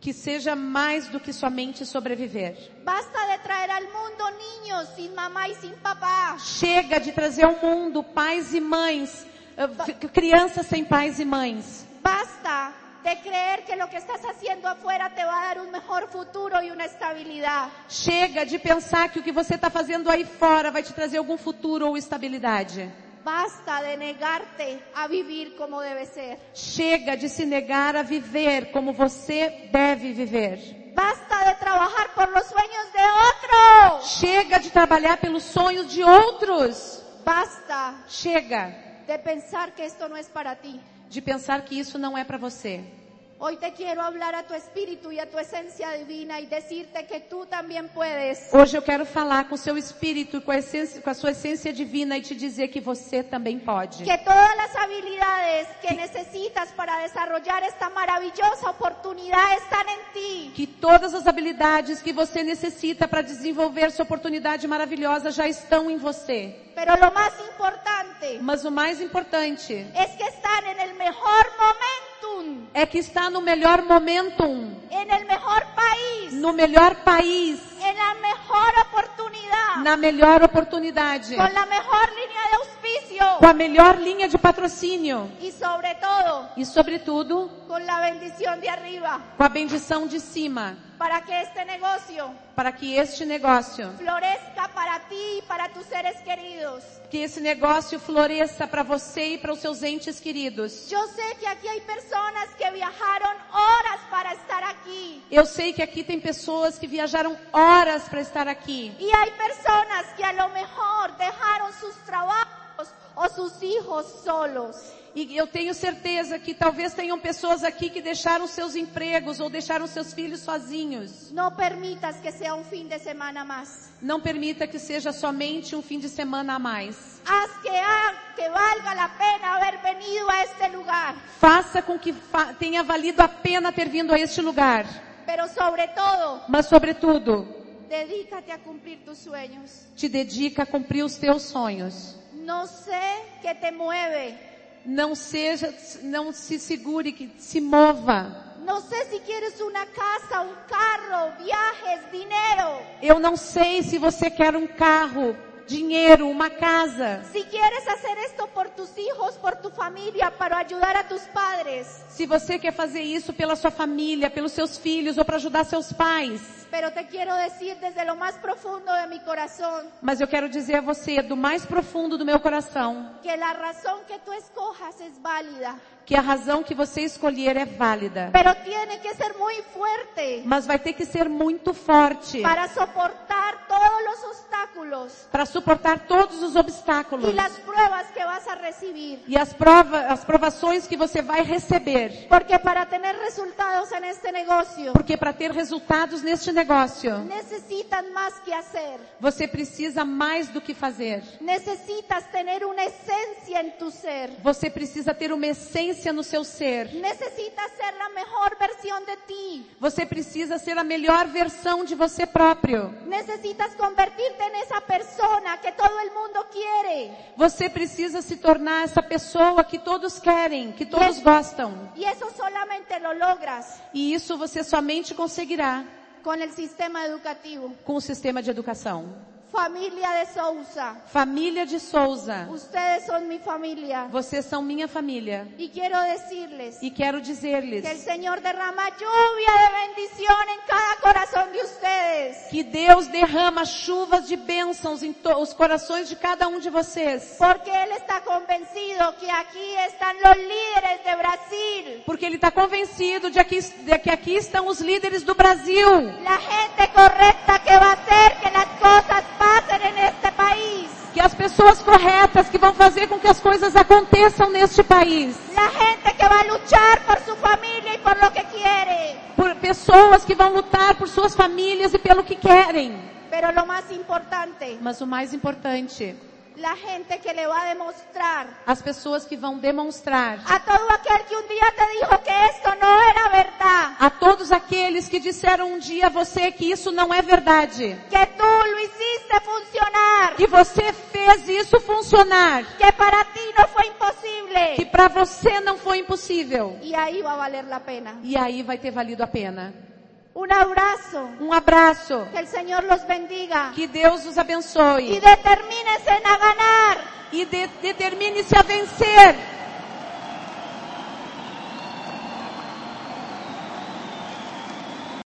S2: que seja mais do que somente sobreviver.
S1: Basta de traer al mundo niños sin mamá y sin papá.
S2: Chega de trazer ao mundo pais e mães, eh, f- crianças sem pais e mães.
S1: Basta de creer que lo que estás haciendo afuera te va a dar un mejor futuro y una estabilidad.
S2: Chega de pensar que o que você está fazendo aí fora vai te trazer algum futuro ou estabilidade.
S1: Basta de negarte a vivir como debe ser.
S2: Chega de se negar a viver como você deve viver.
S1: Basta de trabajar por los sueños de otros.
S2: Chega de trabalhar pelos sonhos de outros.
S1: Basta
S2: Chega
S1: de pensar que esto no es para ti.
S2: de pensar que isso não é para você.
S1: Hoy te quiero hablar a tu espíritu y a tu esencia divina y decirte que tú también puedes.
S2: Hoje eu quero falar com seu espírito, e com a, essência- com a sua essência divina e te dizer que você também pode.
S1: Que todas las habilidades que necesitas para desarrollar esta maravillosa oportunidad están en ti.
S2: Que todas as habilidades que você necessita para desenvolver sua oportunidade maravilhosa já estão em você.
S1: Pero lo más importante
S2: Mas o mais importante
S1: es que están en el mejor momentum,
S2: é que está no melhor momentum,
S1: en el mejor país,
S2: no melhor país,
S1: en la mejor oportunidad,
S2: na melhor oportunidade,
S1: con la mejor línea de auspicio
S2: com a melhor linha de patrocínio
S1: y sobre todo
S2: e, sobretudo,
S1: con la bendición de arriba
S2: com a bendição de cima,
S1: para que este negocio
S2: para que este negócio
S1: florezca para ti y para tus seres queridos.
S2: Que esse negócio floresça para você e para os seus entes queridos.
S1: Yo sé que aquí hay personas que viajaron horas para estar aquí.
S2: Eu sei que aqui tem pessoas que viajaram horas para estar aqui.
S1: Y hay personas que a lo mejor dejaron sus trabajos o sus hijos solos.
S2: E eu tenho certeza que talvez tenham pessoas aqui que deixaram seus empregos ou deixaram seus filhos sozinhos.
S1: No permitas que sea un fin de semana más.
S2: Não permita que seja somente um fim de semana a mais.
S1: Haz que, ha- que valga la pena haber venido a este lugar,
S2: Faça com que fa- tenha valido a pena ter vindo a este lugar.
S1: pero sobre todo,
S2: Mas sobretudo,
S1: dedícate a cumplir tus sueños.
S2: te dedica a cumprir os teus sonhos.
S1: No sé qué te mueve,
S2: Não seja, não se segure, que se mova.
S1: no sé si quieres una casa, un carro, viajes, dinero,
S2: Eu não sei se você quer um carro, dinheiro, uma casa.
S1: si quieres hacer esto por tus hijos, por tu familia, para ayudar a tus padres,
S2: Se você quer fazer isso pela sua família, pelos seus filhos ou para ajudar seus pais.
S1: pero te quiero decir desde lo más profundo de mi corazón
S2: Mas eu quero dizer a você, do mais profundo do meu coração,
S1: que la razón que tú escojas es válida.
S2: que a razão que você escolher é válida.
S1: Pero tiene que ser muy fuerte
S2: Mas vai ter que ser muito forte
S1: para soportar todos los obstáculos
S2: para suportar todos os obstáculos
S1: y las pruebas que vas a recibir.
S2: e as, prova, as provações que você vai receber.
S1: Porque para tener resultados en este negocio
S2: Porque para ter resultados neste negócio,
S1: necesitan más que hacer.
S2: você precisa mais do que fazer.
S1: Necesitas tener una esencia en tu ser.
S2: Você precisa ter uma essência no seu ser.
S1: Necesitas ser la mejor versión de ti.
S2: Você precisa ser a melhor versão de você próprio.
S1: Necesitas convertirte en esa persona que todo el mundo quiere.
S2: Você precisa se tornar essa pessoa que todos querem, que todos
S1: Yes.
S2: gostam.
S1: Y eso solamente lo logras
S2: E isso você somente conseguirá
S1: con el sistema educativo.
S2: com o sistema de educação.
S1: Familia de Sousa.
S2: Família de Souza,
S1: Ustedes son mi familia.
S2: vocês são minha família.
S1: Y quiero decirles
S2: E quero
S1: que el
S2: dizer-lhes
S1: Señor derrama lluvia de bendición en cada corazón de ustedes.
S2: que Deus derrama chuvas de bênçãos em to- os corações de cada um de vocês.
S1: Porque Él está convencido que aquí están los líderes de Brasil.
S2: Porque Ele está convencido de, aqui- de que aqui estão os líderes do Brasil.
S1: La gente correcta que va a hacer que las cosas pasen en este país.
S2: Que as pessoas corretas que vão fazer com que as coisas aconteçam neste país.
S1: La gente que va a luchar por su familia y por lo que quiere.
S2: Por pessoas que vão lutar por suas famílias e pelo que querem.
S1: Pero lo más importante,
S2: Mas o mais importante,
S1: la gente que le va a demostrar
S2: as pessoas que vão demonstrar
S1: a todo aquel que un día te dijo que esto no era verdad,
S2: a todos aqueles que disseram um dia a você que isso não é verdade.
S1: que tú lo hiciste funcionar,
S2: Que você fez isso funcionar.
S1: que para ti no fue imposible.
S2: Que para você não foi impossível.
S1: Y ahí va a valer la pena.
S2: E aí vai ter valido a pena.
S1: Un abrazo.
S2: Um abraço.
S1: Que el Señor los bendiga.
S2: Que Deus os
S1: Y
S2: abençoe.
S1: determínense a ganar.
S2: E de- determine-se a vencer.